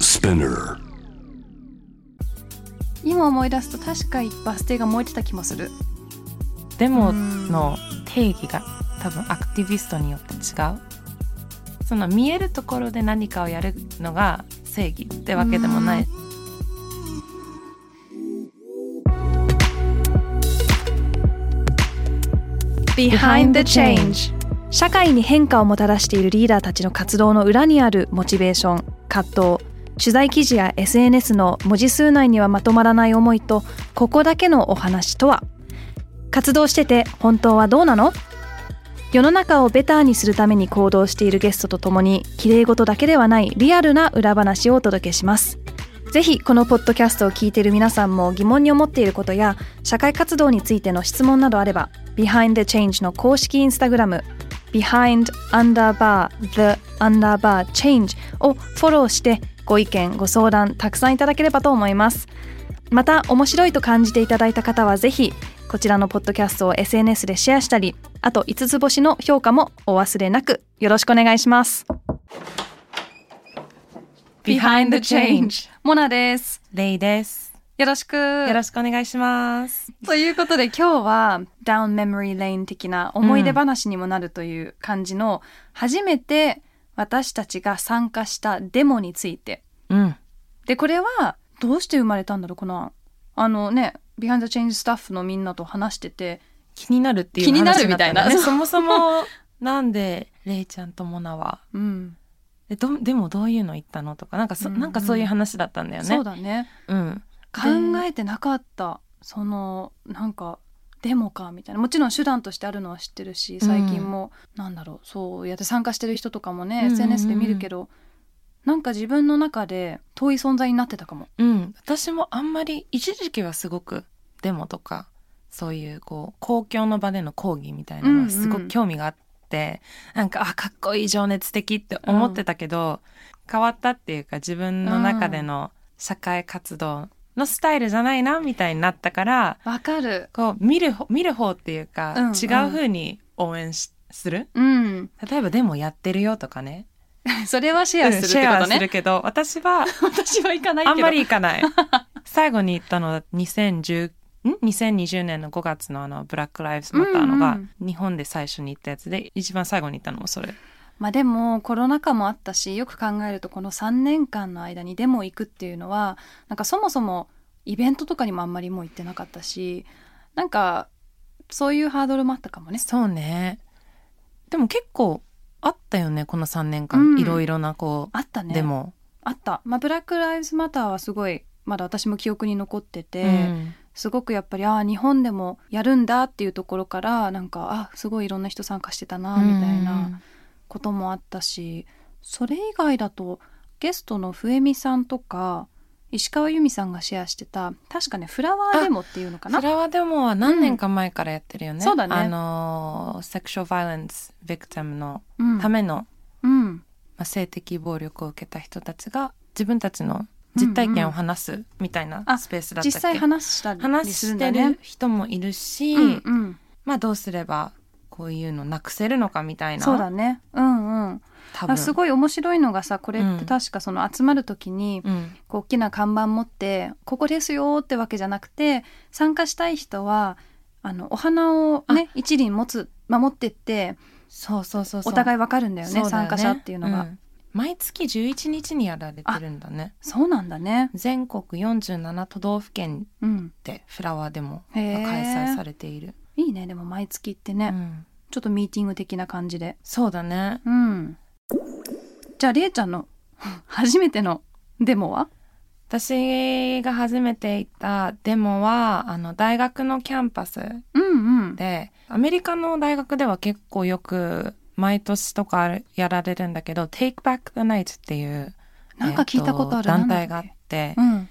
Spinner. 今思い出すと確かバス停が燃えてた気もするデモうんの定義が多分アクティビストによって違うその見えるところで何かをやるのが正義ってわけでもない社会に変化をもたらしているリーダーたちの活動の裏にあるモチベーション葛藤取材記事や SNS の文字数内にはまとまらない思いとここだけのお話とは活動してて本当はどうなの世の中をベターにするために行動しているゲストとともにきれい事だけではないリアルな裏話をお届けしますぜひこのポッドキャストを聞いている皆さんも疑問に思っていることや社会活動についての質問などあれば Behind the Change の公式インスタグラム Behind Underbar The Underbar Change をフォローしてご意見ご相談たくさんいただければと思いますまた面白いと感じていただいた方はぜひこちらのポッドキャストを SNS でシェアしたりあと5つ星の評価もお忘れなくよろしくお願いします「Behind the Change モナです」レイですよろしくよろしくお願いしますということで今日は Down Memory Lane 的な思い出話にもなるという感じの、初めて私たちが参加したデモについてうんでこれはどうして生まれたんだろうこの案あのね Behind the Change スタッフのみんなと話してて気になるっていう気にな話るにみなったたいんなだねそもそ もなんでレイちゃんとモナはうん、えどでもどういうの言ったのとかなんかそ、うんうんなんかそういう話だったんだよねそうだねうん考えてなかったそのなんかデモかみたいなもちろん手段としてあるのは知ってるし最近も、なんだろうそうやって参加してる人とかもね、うんうんうん SNS で見るけどなんか自分の中で遠い存在になってたかも。うん、私もあんまり一時期はすごくデモとかそういうこう公共の場での抗議みたいなのはすごうんうくん興味があって、なんかあかっこいい情熱的って思ってたけど、変わったっていうか自分の中での社会活動のスタイルじゃないなみたいになったからわかる。こう見る方見る方っていうか、うんうん違う風に応援しするうん。 例えばデモやってるよとかねそれはシェアするっシてェこアとすねる。けど私は私は行かないけあど。んまり行か ない。最後に行ったのは2010ん2020年の5月のあのブラック・ライブズ・マターのうがん日本で最初に行ったやつで一番最後に行ったのもそれまあでもコロナ禍もあったしよく考えるとこの3年間の間にデモ行くっていうのはなんかそもそもイベントとかにもあんまりもう行ってなかったしなんかそういうハードルもあったかもね。そうねでも結構あったよねこの3年う間んいろいろなこう、あったね。でも、あった。まあブラック・ライブズ・マターはすごいまだ私も記憶に残ってて、うんすごくやっぱりああ日本でもやるんだっていうところからなんかあすごいいろんな人参加してたなみたいな。こともあったしそれ以外だとゲストの笛美さんとか石川由美さんがシェアしてた確かねフラワーデモっていうのかそなれはでもは何年か前からやってるよね、うんそうだねあのセクシュアル・バイオレンス・ビクティムのうんための、うんまあ、性的暴力を受けた人たちが自分たちの実体験を話すみたいなあスペースだったっ実け、際話したり話するしんてだねる。人もいるし、うんうん、まあどうすればこういうのなくせるのかみたいなそうだね、うんうん、多分あすごい面白いのがさこれっうてん確かその集まる時に、うんこう大きな看板持ってここですよってわけじゃなくて参加したい人はあのお花をね一輪持つ守ってってそうそうそうそうお互いいわかるんだよね参加者っていうのが、毎月11日にやられてるんだねそうなんだね。全国47都道府県うん。でフラワーデモへがえ。開催されている、いいね。でも毎月ってね、うんちょっとミーティング的な感じで。そうだねうん。じゃあ、りえちゃんの 初めてのデモは私が初めて行ったデモはあの大学のキャンパスうんうん。でアメリカの大学では結構よく毎年とかあるやられるんだけど Take Back the Night っていうなんか聞いたことあるえー団体があってうん。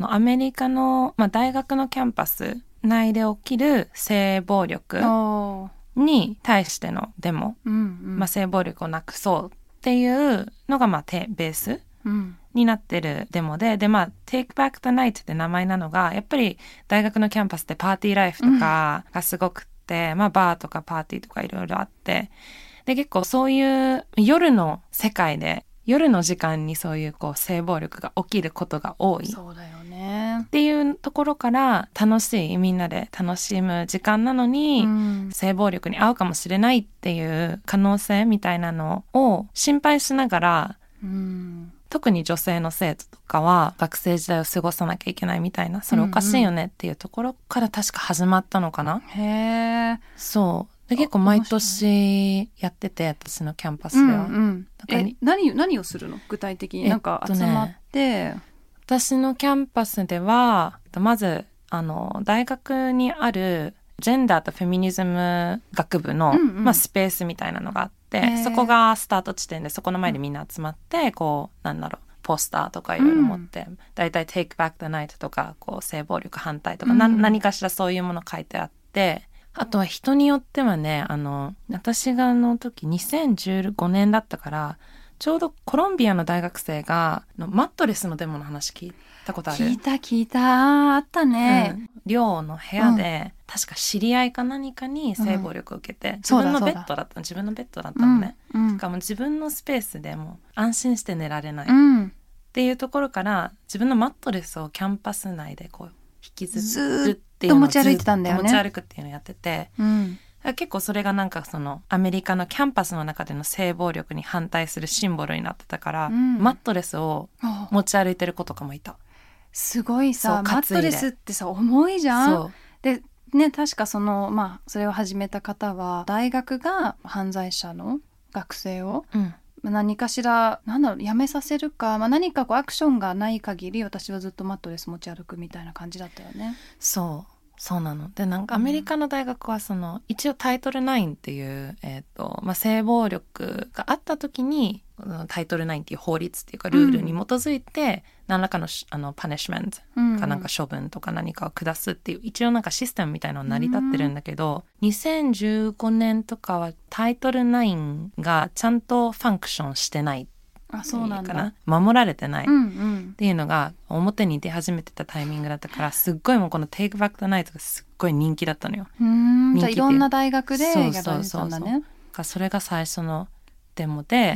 のアメリカの、まあ、大学のキャンパス内で起きる性暴力おーに対してのデモ、うんうん。まあ、性暴力をなくそうっていうのが、まあ、てベースうん。になってるデモででまあ「Take Back the Night」って名前なのがやっぱり大学のキャンパスってパーティーライフとかがすごくって、まあバーとかパーティーとかいろいろあってで結構そういう夜の世界で夜の時間にそういうこう性暴力が起きることが多いっそうだよね。ていうところから楽しいみんなで楽しむ時間なのに、うん性暴力に遭うかもしれないっていう可能性みたいなのを心配しながらうん特に女性の生徒とかは学生時代を過ごさなきゃいけないみたいなそれおかしいよねっていうところから確か始まったのかな、へえ。そうであ結構毎年やってて私のキャンパスうでんは、うん。なんえか何何をするの具体的になんかえっ集とねまって。私のキャンパスではまずあの大学にあるジェンダーとフェミニズム学部の、うんうんまあ、スペースみたいなのがあって、へーそこがスタート地点でそこの前でみんな集まって、こうなんだろうポスターとかいろいろ持って、だいたい「Take Back the Night」とかこう性暴力反対とか、なうん何かしらそういうもの書いてあってあとは人によってはねあの私があの時2015年だったからちょうどコロンビアの大学生があのマットレスのデモの話聞いたことある聞いた聞いたあーあったね。うん寮の部屋で、確か知り合いか何かに性暴力を受けて、自そうだ分のそうベだッドだったの自分のベッドだったのね、うん。なんかもう自分のスペースでもう安心して寝られないっうん。ていうところから自分のマットレスをキャンパス内でこう引きずるっていうのをずーっと持ち歩いてたんだよねずっと持ち歩くっていうのをやっててうん。結構それがなんかそのアメリカのキャンパスの中での性暴力に反対するシンボルになってたから、うんマットレスをあ持ち歩いてる子とかもいた。すごいそさうマ担いッでトレスってさ重いじゃん。そうでね確かそのまあそれを始めた方は大学が犯罪者の学生をうんまあ何かしらなんだろうやめさせるか、まあ、何かこうアクションがない限り私はずっとマットレス持ち歩くみたいな感じだったよね。そうそうなのでなんかアメリカの大学はその一応タイトル9っていう、えーとまあ、性暴力があった時にうんタイトル9っていう法律っていうかルールに基づいて何らかのしあのパネッシュメントうんかなんか処分とか何かを下すっていう一応なんかシステムみたいなの成り立ってるんだけど2015年とかはタイトル9がちゃんとファンクションしてないってあいそううなかんなだ。守られてないうんうんっていうのが表に出始めてたタイミングだったからすっごいもうこの「テイクバック・ザ・ナイト」がすっごい人気だったのよ。だうーん人気じゃあいでろんな大学でやられてたそうそんうそだうね。からそれが最初のデモで、へ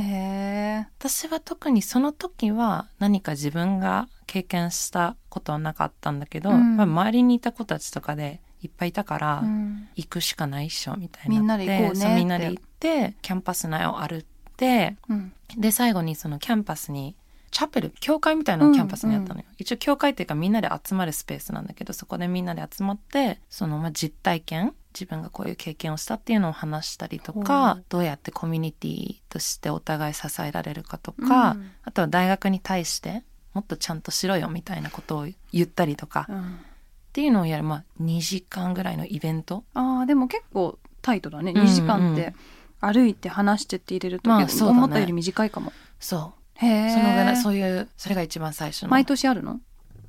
え。私は特にその時は何か自分が経験したことはなかったんだけど、うんまあ、周りにいた子たちとかでいっぱいいたから、うん行くしかないっしょみたいみんにななってで行こうねってそうみんなで行ってキャンパス内を歩いてうんで最後にそのキャンパスにチャペル教会みたいなのがキャンパスにあったのよ、一応教会っていうかみんなで集まるスペースなんだけどそこでみんなで集まってその、まあ、実体験自分がこういう経験をしたっていうのを話したりとほかうどうやってコミュニティとしてお互い支えられるかとか、あとは大学に対してもっとちゃんとしろよみたいなことを言ったりとか、うっんていうのをやる、まあ、2時間ぐらいのイベントあーでも結構タイトだねうん2うん時間って歩いて話してって入れると、まあ結構そうだね思ったより短いかもそへう、えそのぐらいそういうそれが一番最初の毎年あるの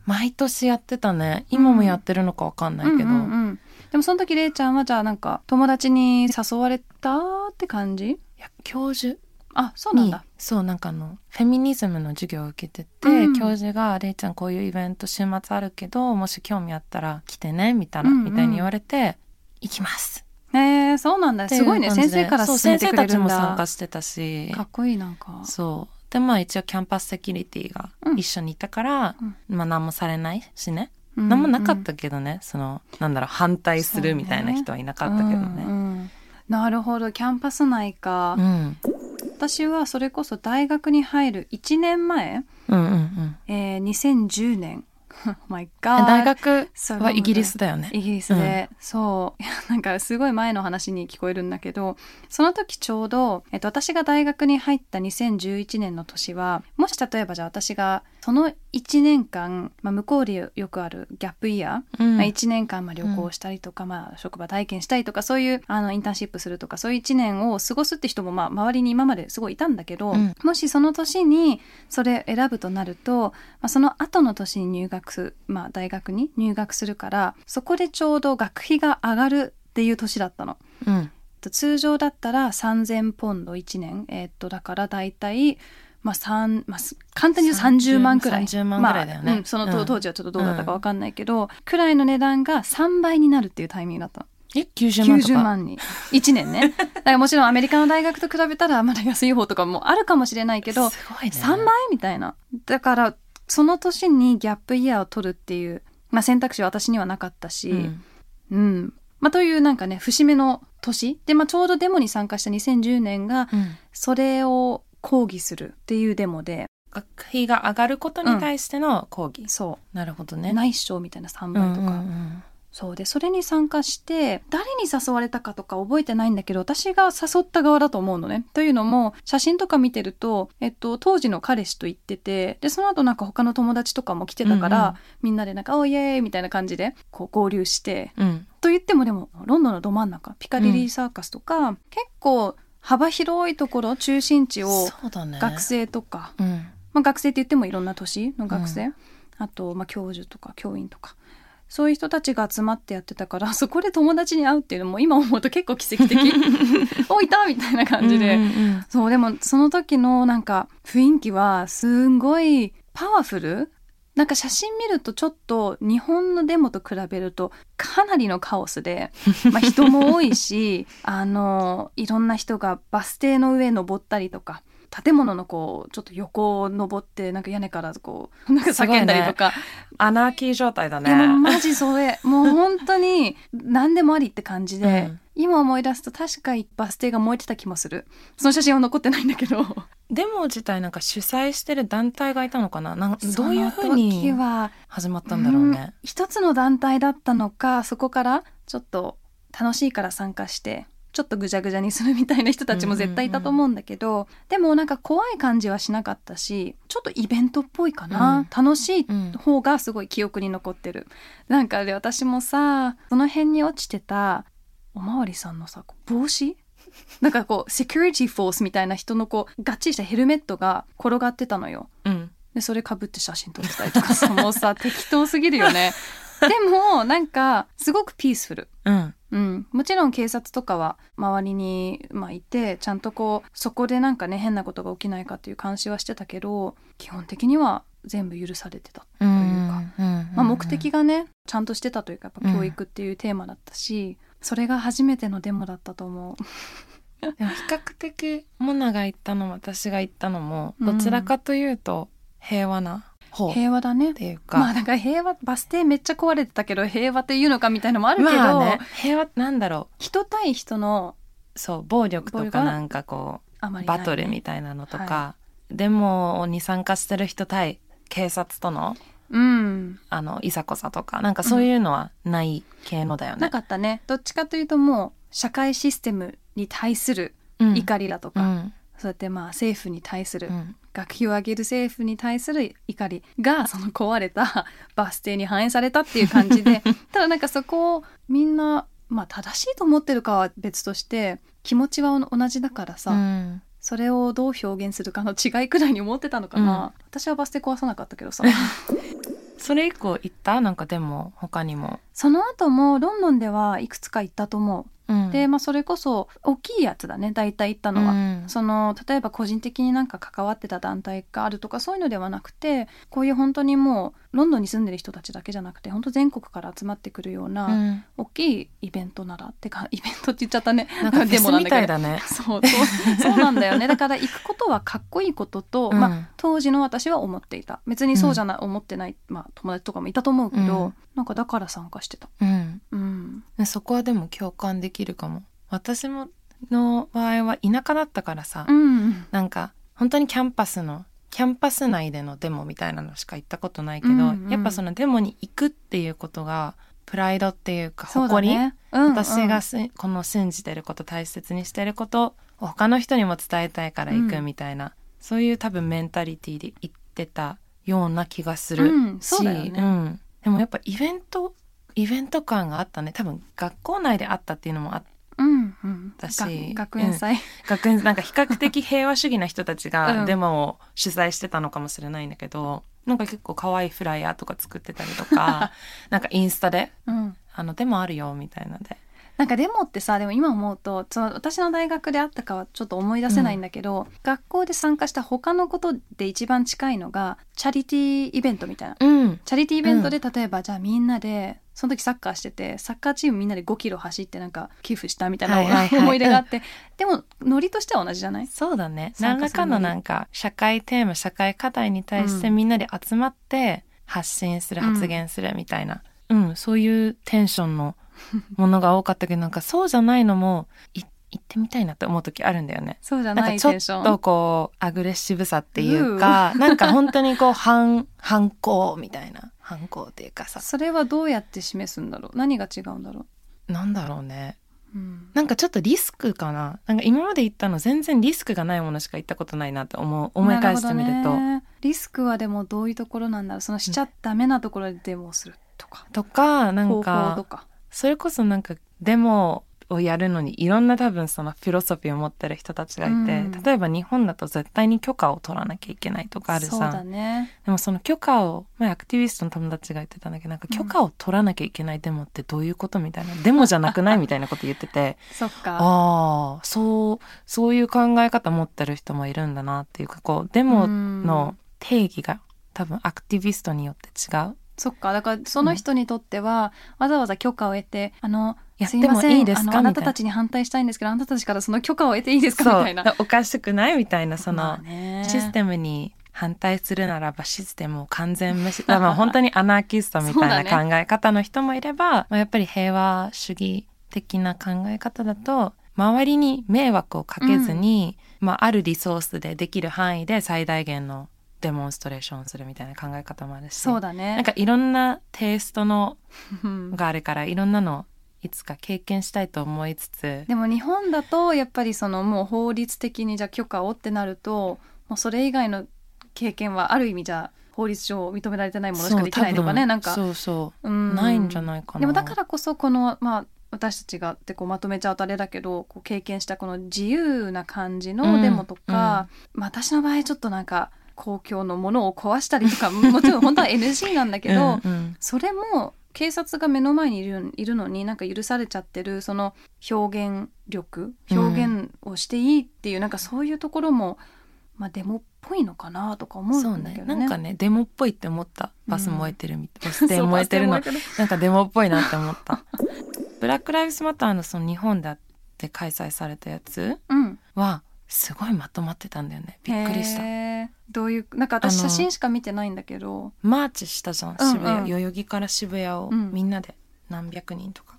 毎年やってたね今もやってるのかわかんないけど、うんうんうんでもその時れいちゃんはじゃあなんか友達に誘われたって感じいや教授あそうなんにだそうなんかあのフェミニズムの授業を受けてて、うん教授が「れいちゃんこういうイベント週末あるけどもし興味あったら来てね」みたいな、うんうんみたいに言われて「行きますへえそうなんだ」すごいねって先う感じで生からそう勧めてくれるん先生たちも参加だしてたしかっこいいなんかそうでまあ一応キャンパスセキュリティがうん一緒にいたから、うんまあ何もされないしね、うん何もなかったけどねそのなんだろう反対するみたいな人はいなかったけどうんね。うんなるほどキャンパス内か、うん私はそれこそ大学に入る1年前うんうんうんえー、2010年 my God 大学はイギリスだよね。イギリスで、そういやなんかすごい前の話に聞こえるんだけどその時ちょうど、えっと、私が大学に入った2011年の年はもし例えばじゃあ私がその1年間、まあ、向こうでよくあるギャップイヤー、うんまあ、1年間まあ旅行したりとか、まあ、職場体験したりとかそういうあのインターンシップするとかそういう1年を過ごすって人もまあ周りに今まですごいいたんだけど、うんもしその年にそれ選ぶとなると、まあ、その後の年に入学す、まあ、大学に入学するからそこでちょうど学費が上がるっていう年だったの。うん通常だったら3000ポンド1年、えーっとだから大体、まあ三まあ、す簡単に言うと30万くらい30万くらいだよねまあうんその当うん当時はちょっとどうだったか分かんないけど、くらいの値段が3倍になるっていうタイミングだったのえ90万とか90万に1年 ねだからもちろんアメリカの大学と比べたらまだ安い方とかもあるかもしれないけどすごいね3倍みたいなだからその年にギャップイヤーを取るっていう、まあ、選択肢は私にはなかったし、うんうんまあ、というなんかね節目の年で、まあ、ちょうどデモに参加した2010年がうんそれを抗議するっていうデモで学費が上がることに対しての抗議、そなるほどう、ね内省みたいな3倍とか、うんうんそうでそれに参加して誰に誘われたかとか覚えてないんだけど私が誘った側だと思うのね。というのも写真とか見てると、えっと、当時の彼氏と行っててでその後なんか他の友達とかも来てたから、うんうんみんなでなんか「おイエーイ!」みたいな感じでこう合流してうんうんと言ってもでもロンドンのど真ん中ピカデリーサーカスとか、結構幅広いところ中心地をそうだね学生とかうんまあ、学生って言ってもいろんな年の学生、うあと、まあ、教授とか教員とかそういう人たちが集まってやってたからそこで友達に会うっていうのも今思うと結構奇 跡的おいたみたいな感じで、うんうんうんそうでもその時のなんか雰囲気はすんごいパワフルなんか写真見るとちょっと日本のデモと比べるとかなりのカオスで、 まあ、人も多いしあのいろんな人がバス停の上登ったりとか建物のこうちょっと横を登ってなんか屋根からこうなんか叫んだりとか、アナーキー状態だいやもうねマジそれもう本当に何でもありって感じで、うん今思い出すと確かバス停が燃えてた気もするその写真は残ってないんだけど。デモ自体なんか主催してる団体がいたのかななんどどうういいううふふううにには始まったんだろううねん一つの団体だったのかそこからちょっと楽しいから参加してちょっとぐじゃぐじゃにするみたいな人たちも絶対いたと思うんだけど、でもなんか怖い感じはしなかったしちょっとイベントっぽいかな、楽しいうん方がすごい記憶に残ってるなんかで私もさその辺に落ちてたおまわりさんのさこう帽子なんかこうセキュリティフォースみたいな人のこうがっちりしたヘルメットが転がってたのようんでそれかぶって写真撮ってたりとかさ もうさ適当すぎるよね でもなんかすごくピースフルうんうん、もちろん警察とかは周りに、まあ、いてちゃんとこうそこでなんかね変なことが起きないかっていう監視はしてたけど基本的には全部許されてた、というかまあ、ま目的がねちゃんとしてたというかやっぱ教育っていうテーマだったし、それが初めてのデモだったと思う。でも比較的モナが行ったのも私が行ったのもうどんちらかというと平和な方っ平和だねていうか、まあなんか平和バス停めっちゃ壊れてたけど平和っていうのかみたいのもあるけど、まあね平和なんだろ人対人のうそう暴力と暴力かはなんかこあまうりないバねトルみたいなのとはか、デモに参加してる人対警察とのうんあのいざこざとかなんかそういうのはない系のだよね。なかったねどっちかというともう社会システムに対するうん怒りだとか、うんそうやってまあ政府に対する、うん学費を上げる政府に対する怒りが その壊れたバス停に反映されたっていう感じ でただなんかそこをみんな、まあ、正しいと思ってるかは別として気持ちは同じだからさ、うんそれをどう表現するかの違いくらいに思ってたのかな、私はバス停壊さなかったけどさそれ以降行ったなんかでも他にも。その後もロンドンではいくつか行ったと思ううんで、まあ、それこそ大きいやつだね大体行ったのは、うんその例えば個人的になんか関わってた団体があるとかそういうのではなくてこういう本当にもうロンドンに住んでる人たちだけじゃなくて本当全国から集まってくるよううなん大きいイベントなら、ってかイ ベントって言っちゃった ねなんかフェスみたいどだね。そうそうそうなんだよねだから行くことはかっこいいことと、うんまあ、当時の私は思っていた別にそうじゃない、思ってない、まあ、友達とかもいたと思うけど、うんなんかだから参加してた。うんうん、ねそこはでも共感できるかも私もの場合は田舎だったからさ、うんなんか本当にキャンパスのキャンパス内でのデモみたいなのしか行ったことないけど、うんうんやっぱそのデモに行くっていうことがプライドっていうかそうだ誇り、ねうんうん私がすこの信じてること大切にしてることを他の人にも伝えたいから行くみたいな、そういう多分メンタリティで行ってたような気がするし、うんそうだよねんでもやっぱイベントイベント感があったね多分学校内であったっていうのもあっうんうん、だしが学園祭、 学園なんか比較的平和主義な人たちうがんデモを主催してたのかもしれないんだけど、なんか結構可愛いフライ ヤーとか作ってたりとかなんかインスタでうんあのデモあるよみたいなのでなんかデモってさでも今思うとその私の大学であったかはちょっと思い出せないんだけど、学校で参加した他のことで一番近いのがチャリティーイベントみたいなうんチャリティーイベントで例えば、じゃあみんなでその時サッカーしててサッカーチームみんなで5キロ走ってなんか寄付したみたいなはいはい はい思い出があって、でもノリとしては同じじゃないそうだね参何加らするかののになんか社会テーマ社会課題に対してうんみんなで集まって発信する、うん発言するみたいな、うんそういうテンショ ンのものが多かったけどなんかそうじゃないのもい行ってみたいなって思う時あるんだよね。そうじゃななんいかちょテンっションとこうアグレッシブさっていうか なんか本当にこう反反抗みたいな反抗っていうかさそれはどうやって示すんだろう何が違うんだろなんだろうねう、うんなんかちょっとリスクかななんか今まで行ったの全然リスクがないものしか行ったことないなって思う思い返してみるなと。ほどねリスクはでもどういうところなんだろうそのしちゃダメなところでデモをするとか、とかなん方法とかかそれこそなんかデモをやるのにいろんな多分そのフィロソフィーを持ってる人たちがいて、うん例えば日本だと絶対に許可を取らなきゃいけないとかあるそうさ、だねでもその許可を前アクティビストの友達が言ってたんだけどなんかうん許可を取らなきゃいけないデモってどういうことみたいな、デモじゃなくないみたいなこと言っ ててそっかああそうそういう考え方持ってる人もいるんだなっていうかこうデうモんの定義が多分アクティビストによって違うそっかだからその人にとっては、わざわざ許可を得てあのやっすていまもせんいいですあのかあなみたたいたなちに反対したいんですけどあなたたちからその許可を得ていいですそかみうたいな おかしくないみたいなその、まあねシステムに反対するならばシステムを完全無視 まあまあ本当にアナーキストみたいなそうだ考え方の人もいれば、まあ、やっぱり平和主義的な考え方だと周りに迷惑をかけずに、まあ、あるリソースでできる範囲で最大限のデモンストレーションをするみたいな考え方もあるしそうだねなんかいろんなテイストのうんがあるからいろんなのいつか経験したいと思いつつでも日本だとやっぱりそのもう法律的にじゃあ許可をってなるともうそれ以外の経験はある意味じゃあ法律上認められてないものしかできないとかそう多ね分なんかそうそうう、んないんじゃないかなでもだからこそこのまあ私たちがってこうまとめちゃうとあれだけどこう経験したこの自由な感じうのんデモとか、まあ、私の場合ちょっとなんか公共のものを壊したりとかもちろん本当は NG なんだけど、うんうんそれも警察が目の前にいるいるのになんか許されちゃってるその表現力うん表現をしていいっていう、なんかそういうところも、まあ、デモっぽいのかなとか思そううんだけねどね。なんかねデモっぽいって思ったバス燃えてるみたい、バス停そう燃えてるのバス停燃えてるなんかデモっぽいなって思った ブラック・ライブズ・マターのその日本であって開催されたやつうんはすごいまとまってたんだよねびっくりしたへーどういうなんか私あの写真しか見てないんだけどマーチしたじゃん渋谷、うんうん代々木から渋谷をうんみんなで何百人とか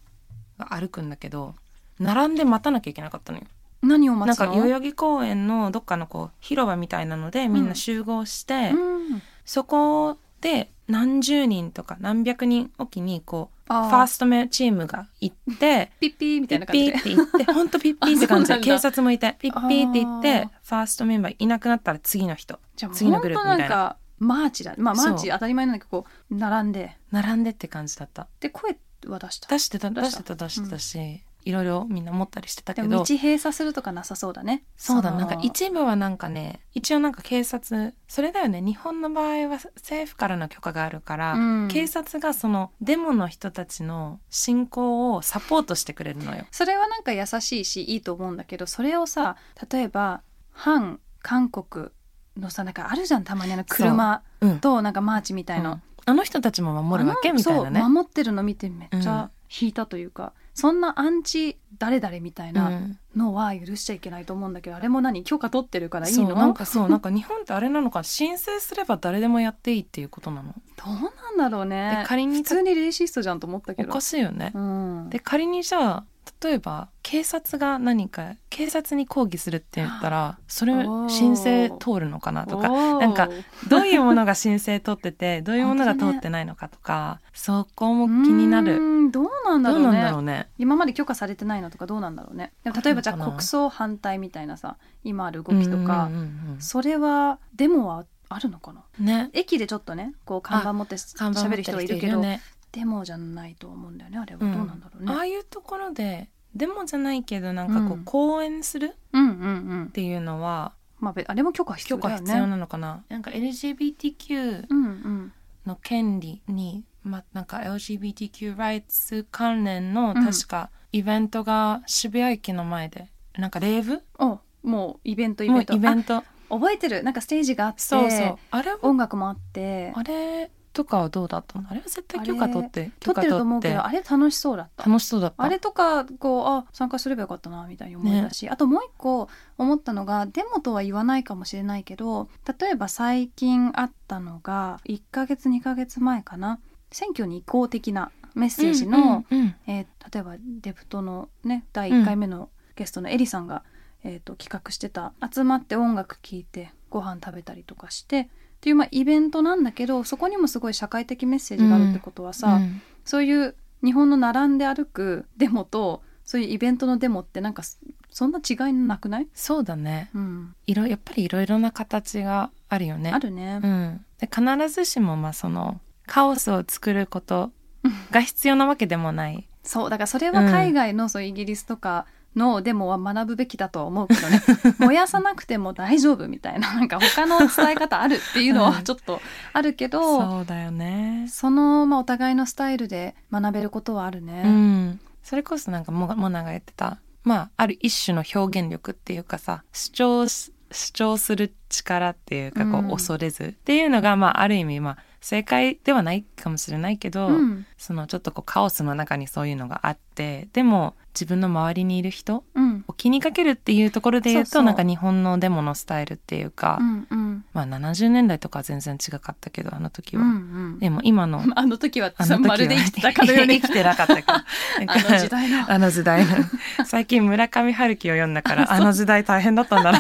が歩くんだけど並んで待たなきゃいけなかったのよ何を待なんつのか代々木公園のどっかのこう広場みたいなのでみんな集合して、うんそこで何十人とか何百人おきにこうフあーァーストメチームが行ってピッ ピーみたいピッな感じピでーって 言って本当ピッピーって感じあそうなんでだ警察もいてピッピーって言っあーてファーストメンバーいなくなったら次の人じゃあもう次のグループみたいな本当なんかマーチだまあそうマーチ当たり前なんだけどこう並んで並んでって感じだったで声は出した出してた出出したしてた出してたし、いろいろみんな持ったりしてたけでもど道閉鎖するとかなさそうだねそうだのなんか一部はなんかね一応なんか警察それだよね日本の場合は政府からの許可があるから、うん警察がそのデモの人たちの進行をサポートしてくれるのよ。それはなんか優しいしいいと思うんだけどそれをさ例えば反韓国のさなんかあるじゃんたまにあの車うんとなんかマーチみたいな、うんあの人たちも守るわけあのみたいなねそう。守ってるの見てめっちうゃん引いたというか、そんなアンチ誰々みたいなうんのは許しちゃいけないと思うんだけど、あれも何許可取ってるからいいそうのなん かそうなんか日本ってあれなのか申請すれば誰でもやっていいっていうことなの。どうなんだろうねで仮に普通にレイシストじゃんと思ったけおどかしいよね。うん、で仮にじゃあ例えば警察が何か警察に抗議するって言ったらそれおー申請通るのかなとかおーなんかどういうものが申請取っててどういうものが通ってないのかと か、そこも気になうる。んどうなんだどろううなんねだろうね。今まで許可されてないのとかどうなんだろうねでも例えばじゃあるあのかな国葬反対みたいなさ今ある動きとか、うんうんうんそれはデモはあるのかなうんね。駅でちょっとねこう看板持って看板喋る人はいるけ持どってねデモじゃないと思うんだよねあれはうどうんなんだろうね、ああいうところでデモじゃないけどなんかうこうん講演するっうんうんうんていうのはまあべあれも許可必許要だ可よ必要ねなのかな。なんか LGBTQ うんうんの権利に、ま、なんか LGBTQ ライツ関連のうん確かイベントが渋谷駅の前でなんかレーブおもうイベントイもベうントイベントあ覚えてるなんかステージがあってそうそうあれは音楽もあってあれとかはどうだったのあれは絶対許可取って撮許っ可てると思うけどあれ楽しそうだった楽しそうだったあれとかこうあ参加すればよかったなみたいに思ったし、あともう一個思ったのがデモとは言わないかもしれないけど例えば最近あったのが1ヶ月2ヶ月前かな選挙に移行的なメッセージの、うんうんうんえー例えばデプトのね第1回目のゲストのエリさんが、えー、と企画してた集まって音楽聴いてご飯食べたりとかしてっていう、まあ、イベントなんだけどそこにもすごい社会的メッセージがあるってことはさ、うんそういう日本の並んで歩くデモとそういうイベントのデモってなんかそそんな違いなくない、そうだねうんいろやっぱりいろいろな形があるよねあるねう。ん、で必ずしもまあそのカオスを作ることが必要なわけでもないそうだからそれは海外のそういうイギリスとかのデモは学ぶべきだとは思うけどね燃やさなくても大丈夫みたいななんか他の伝え方あるっていうのうはんちょっとあるけど、そうだよねその、まあ、お互いのスタイルで学べることはあるうね。んそれこそなんかモモナが言ってたまあある一種の表現力っていうかさ主張し主張する力っていうかこうんう恐れずっていうのがまあある意味まあ正解ではないかもしれないけど、うんそのちょっとこうカオスの中にそういうのがあってでも自分の周りにいる人うんを気にかけるっていうところで言うそとうそうなんか日本のデモのスタイルっていうか、うんうんまあ70年代とかは全然違かったけどあの時うは、んうんでも今の あの時はあの時はまるで生きてたかのように 生きてなかったけど あの時代のあの時代の最近村上春樹を読んだ からあの時代大変だったんだな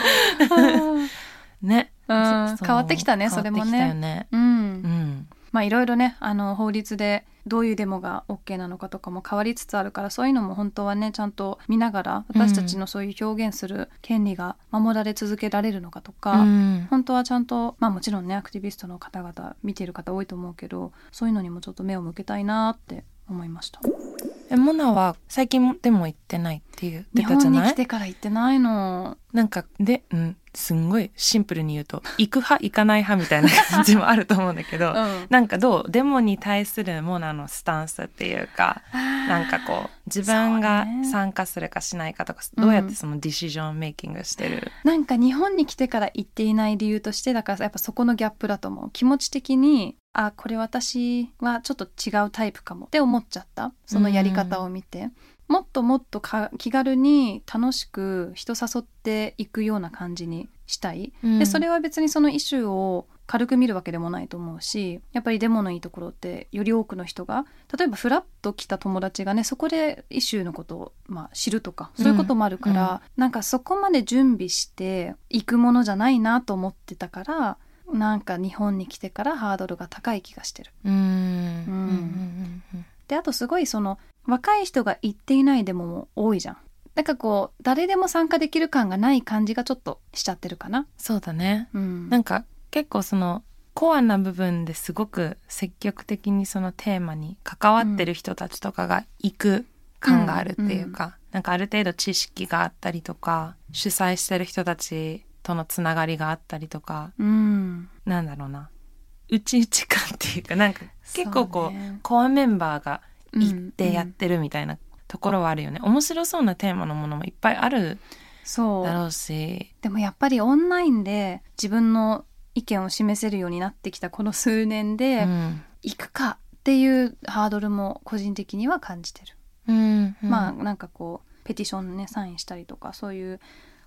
ね、うんそう変わってきたねそれもね変わってきたよねうんう、んまあいろいろねあの法律でどういうデモが OK なのかとかも変わりつつあるからそういうのも本当はねちゃんと見ながら私たちのそういう表現する権利が守られ続けられるのかとか、うん本当はちゃんとまあもちろんねアクティビストの方々見てる方多いと思うけどそういうのにもちょっと目を向けたいなって思いましたえモナは最近でも行ってないっていう日出たじゃ本にな来いてから行ってないのなんかで、うん、すんごいシンプルに言うと行く派行かない派み たいな感じもあると思うんだけど、んなんかどうデモに対するモナのスタンスっていうかなんかこう自分がそうね参加するかしないかとか、うんどうやってそのディシジョンメイキングしてる、なんか日本に来てから行っていない理由としてだからやっぱそこのギャップだと思う気持ち的にあこれ私はちょっと違うタイプかもって思っちゃったそのやり方を見て、もっともっとか気軽に楽しく人誘っていくような感じにしたい、でそれは別にそのイシューを軽く見るわけでもないと思うしやっぱりデモのいいところってより多くの人が例えばフラッと来た友達がねそこでイシューのことを、まあ、知るとかそういうこともあるから、なんかそこまで準備して行くものじゃないなと思ってたからなんか日本に来てからハードルが高い気がしてる。うんうんうんうんであとすごいその若い人が行っていないデモも多いじゃん。なんかこう誰でも参加できる感がない感じがちょっとしちゃってるかな。そうだねうん、なんか結構そのコアな部分ですごく積極的にそのテーマに関わってる人たちとかが行く感があるっていうか、なんかある程度知識があったりとか主催してる人たちとのつながりがあったりとかうん、なんだろうなうちうち感っていうかなんか結構こうそうねコアメンバーが行ってやっうんうんてるみたいなところはあるよね、面白そうなテーマのものもいっぱいあるそうだろうしでもやっぱりオンラインで自分の意見を示せるようになってきたこの数年うで、ん、行くかっていうハードルも個人的には感じてる、うんうんまあなんかこうペティションねサインしたりとかそういう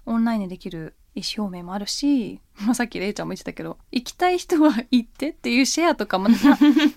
オンラインでできる意思表明もあるし、 まあ、さっきれいちゃんも言ってたけど行きたい人は行ってっていうシェアとかも な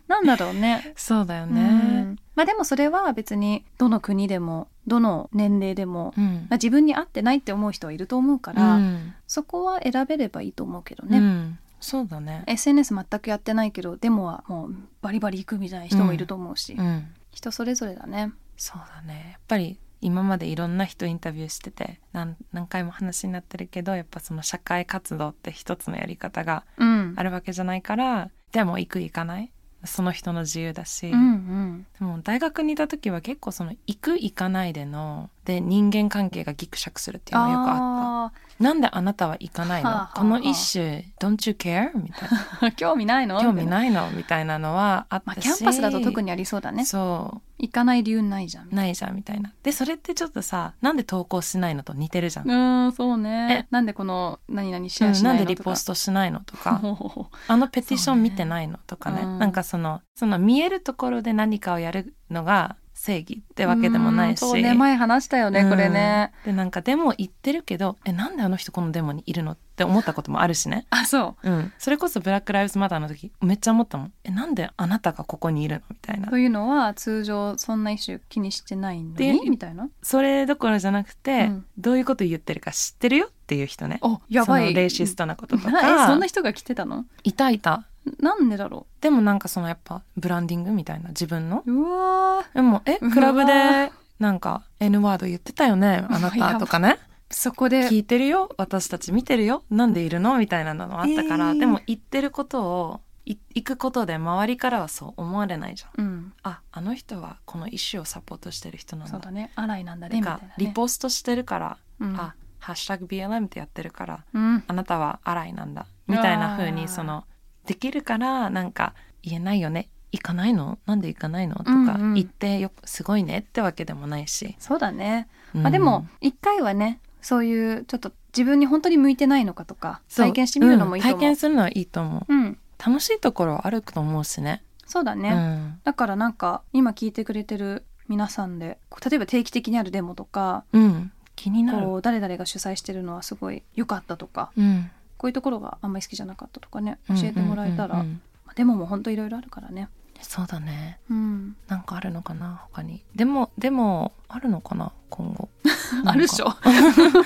なんだろうね。そうだようねんまあ、でもそれは別にどの国でもどの年齢でも、うん、まあ、自分に合ってないって思う人はいると思うから、うんそこは選べればいいと思うけどうね、んそうだね、 SNS 全くやってないけどデモはもうバリバリ行くみたいな人もいると思うし、うん、人それぞれだねそうだねやっぱり今までいろんな人インタビューしてて何何回も話になってるけどやっぱその社会活動って一つのやり方がうんあるわけじゃないからでも行く行かないその人の自由だし、うんうんでも大学にいた時は結構その行く行かないでので人間関係がギクシャクするっていうのがよくあっあーなんであなたは行かないの、はあはあこの一種「Don't you care?」みたいな興味 ないの興味みたいないのみたいなのはあっまあ、たし、キャンパスだと特ににありそうだねそ行かない理由ないじゃんうないじゃんみたいなでそれってちょっとさなんで投稿しないのと似てるじゃん、うーんそうねなんでこの何々シェアうんしななんいでのリとポかストしないのとかもあのペティション見そうてねないのとかねうんなんかそのその見えるところで何かをやるのが正義ってわけでもないしうんそうね前話したよね、これねうんでなんかデモ行ってるけどえなんであの人このデモにいるのって思ったこともあるしね、あそううん、それこそブラック・ライブズ・マターの時めっちゃ思ったもんえなんであなたがここにいるのみたいなというのは通常そんな一種気にしてないのでにみたいなそれどころじゃなくて、うんどういうこと言ってるか知ってるよっていう人ねあやばいそのレイシストなこととなかえそんな人が来てたのいたいたなんでだろでもなんかそのやっぱブランディングみたいな自分のううわーでもえうわクラブでなんか N ワード言ってたよねあなうわやたばとかねそこで聞いてるよ私たち見てるよなんでいるのみたいなのもあったから、えーでも言ってることをい行くことで周りからはそう思われないじゃんうんああの人はこの意思をサポートしてる人なんそだうだね洗いなんだなねんみたいかなねリポストしてるから、うんあハッシュタグ BLM ってやってるからうんあなたはアライなんだみたいなあー風にそのできるからなんか言えないよね行かないのなんで行かないのとか、うんうん言ってよすごいねってわけでもないし、そうだねうんまあでも一回はねそういうちょっと自分に本当に向いてないのかとかそう体験してみるのもいいとうん思体う験するのはいいと思ううん楽しいところはあると思うしねそうだうねんだからなんか今聞いてくれてる皆さんで例えば定期的にあるデモとかうん、気になるこう誰々が主催してるのはすごい良かったとかうんこういうところがあんまり好きじゃなかったとかね教えてもらえたら、うんうんうんうんまあデモも本当いろいろあるからねそうだねうんなんかあるのかな他にでもでもあるのかな今後 あるでしょなんか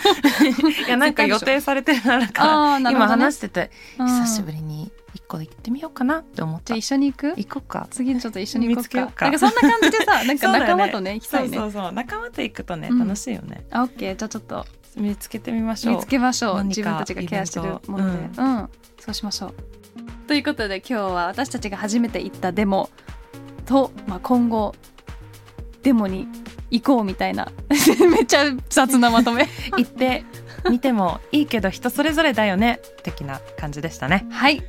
いやなんか予定されてるならからああーなるほ今ど、ね、話してて久しりぶりに一個行ってみようかなって思っじゃたあ一緒に行く行こうか次ちょっと一緒に行こう見つけようかかなんかそんな感じでさなんそうかだね仲間とね行きたいねうそう仲間と行くとねうんしいよね、あオッケーじゃあちょっと見つけてみましょう見つけましょう何か自分たちがケアしてるものでイベンうん、そうしましょうということで今日は私たちが初めて行ったデモと、まあ、今後デモに行こうみたいな めっちゃ雑なまとめ行ってみてもいいけど人それぞれだよね的な感じでしたねはい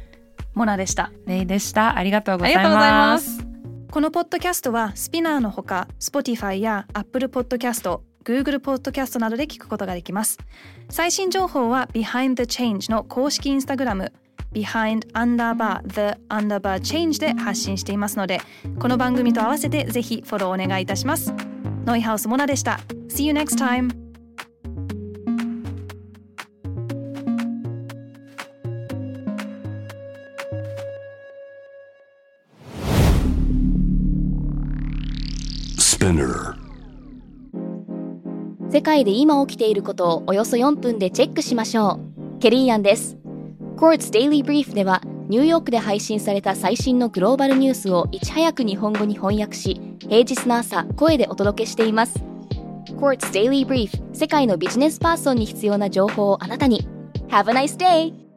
モナでしたレイでしたありがとうごありざいがとうございまますすこのポッドキャストはスピナーのほか Spotify や Apple Podcast、Google Podcast などで聞くことができます。最新情報は Behind the Change の公式 Instagram Behind Underbar The Underbar Change で発信していますのでこの番組と合わせてぜひフォローお願いいたします。ノイハウスモナでした。See you next time! Spinner. 世界で今起きていることをおよそ4分でチェックしましょう。ケリーアンです。Courts Daily Brief では、ニューヨークで配信された最新のグローバルニュースをいち早く日本語に翻訳し、平日の朝、声でお届けしています。Courts Daily Brief 世界のビジネスパーソンに必要な情報をあなたに。Have a nice day!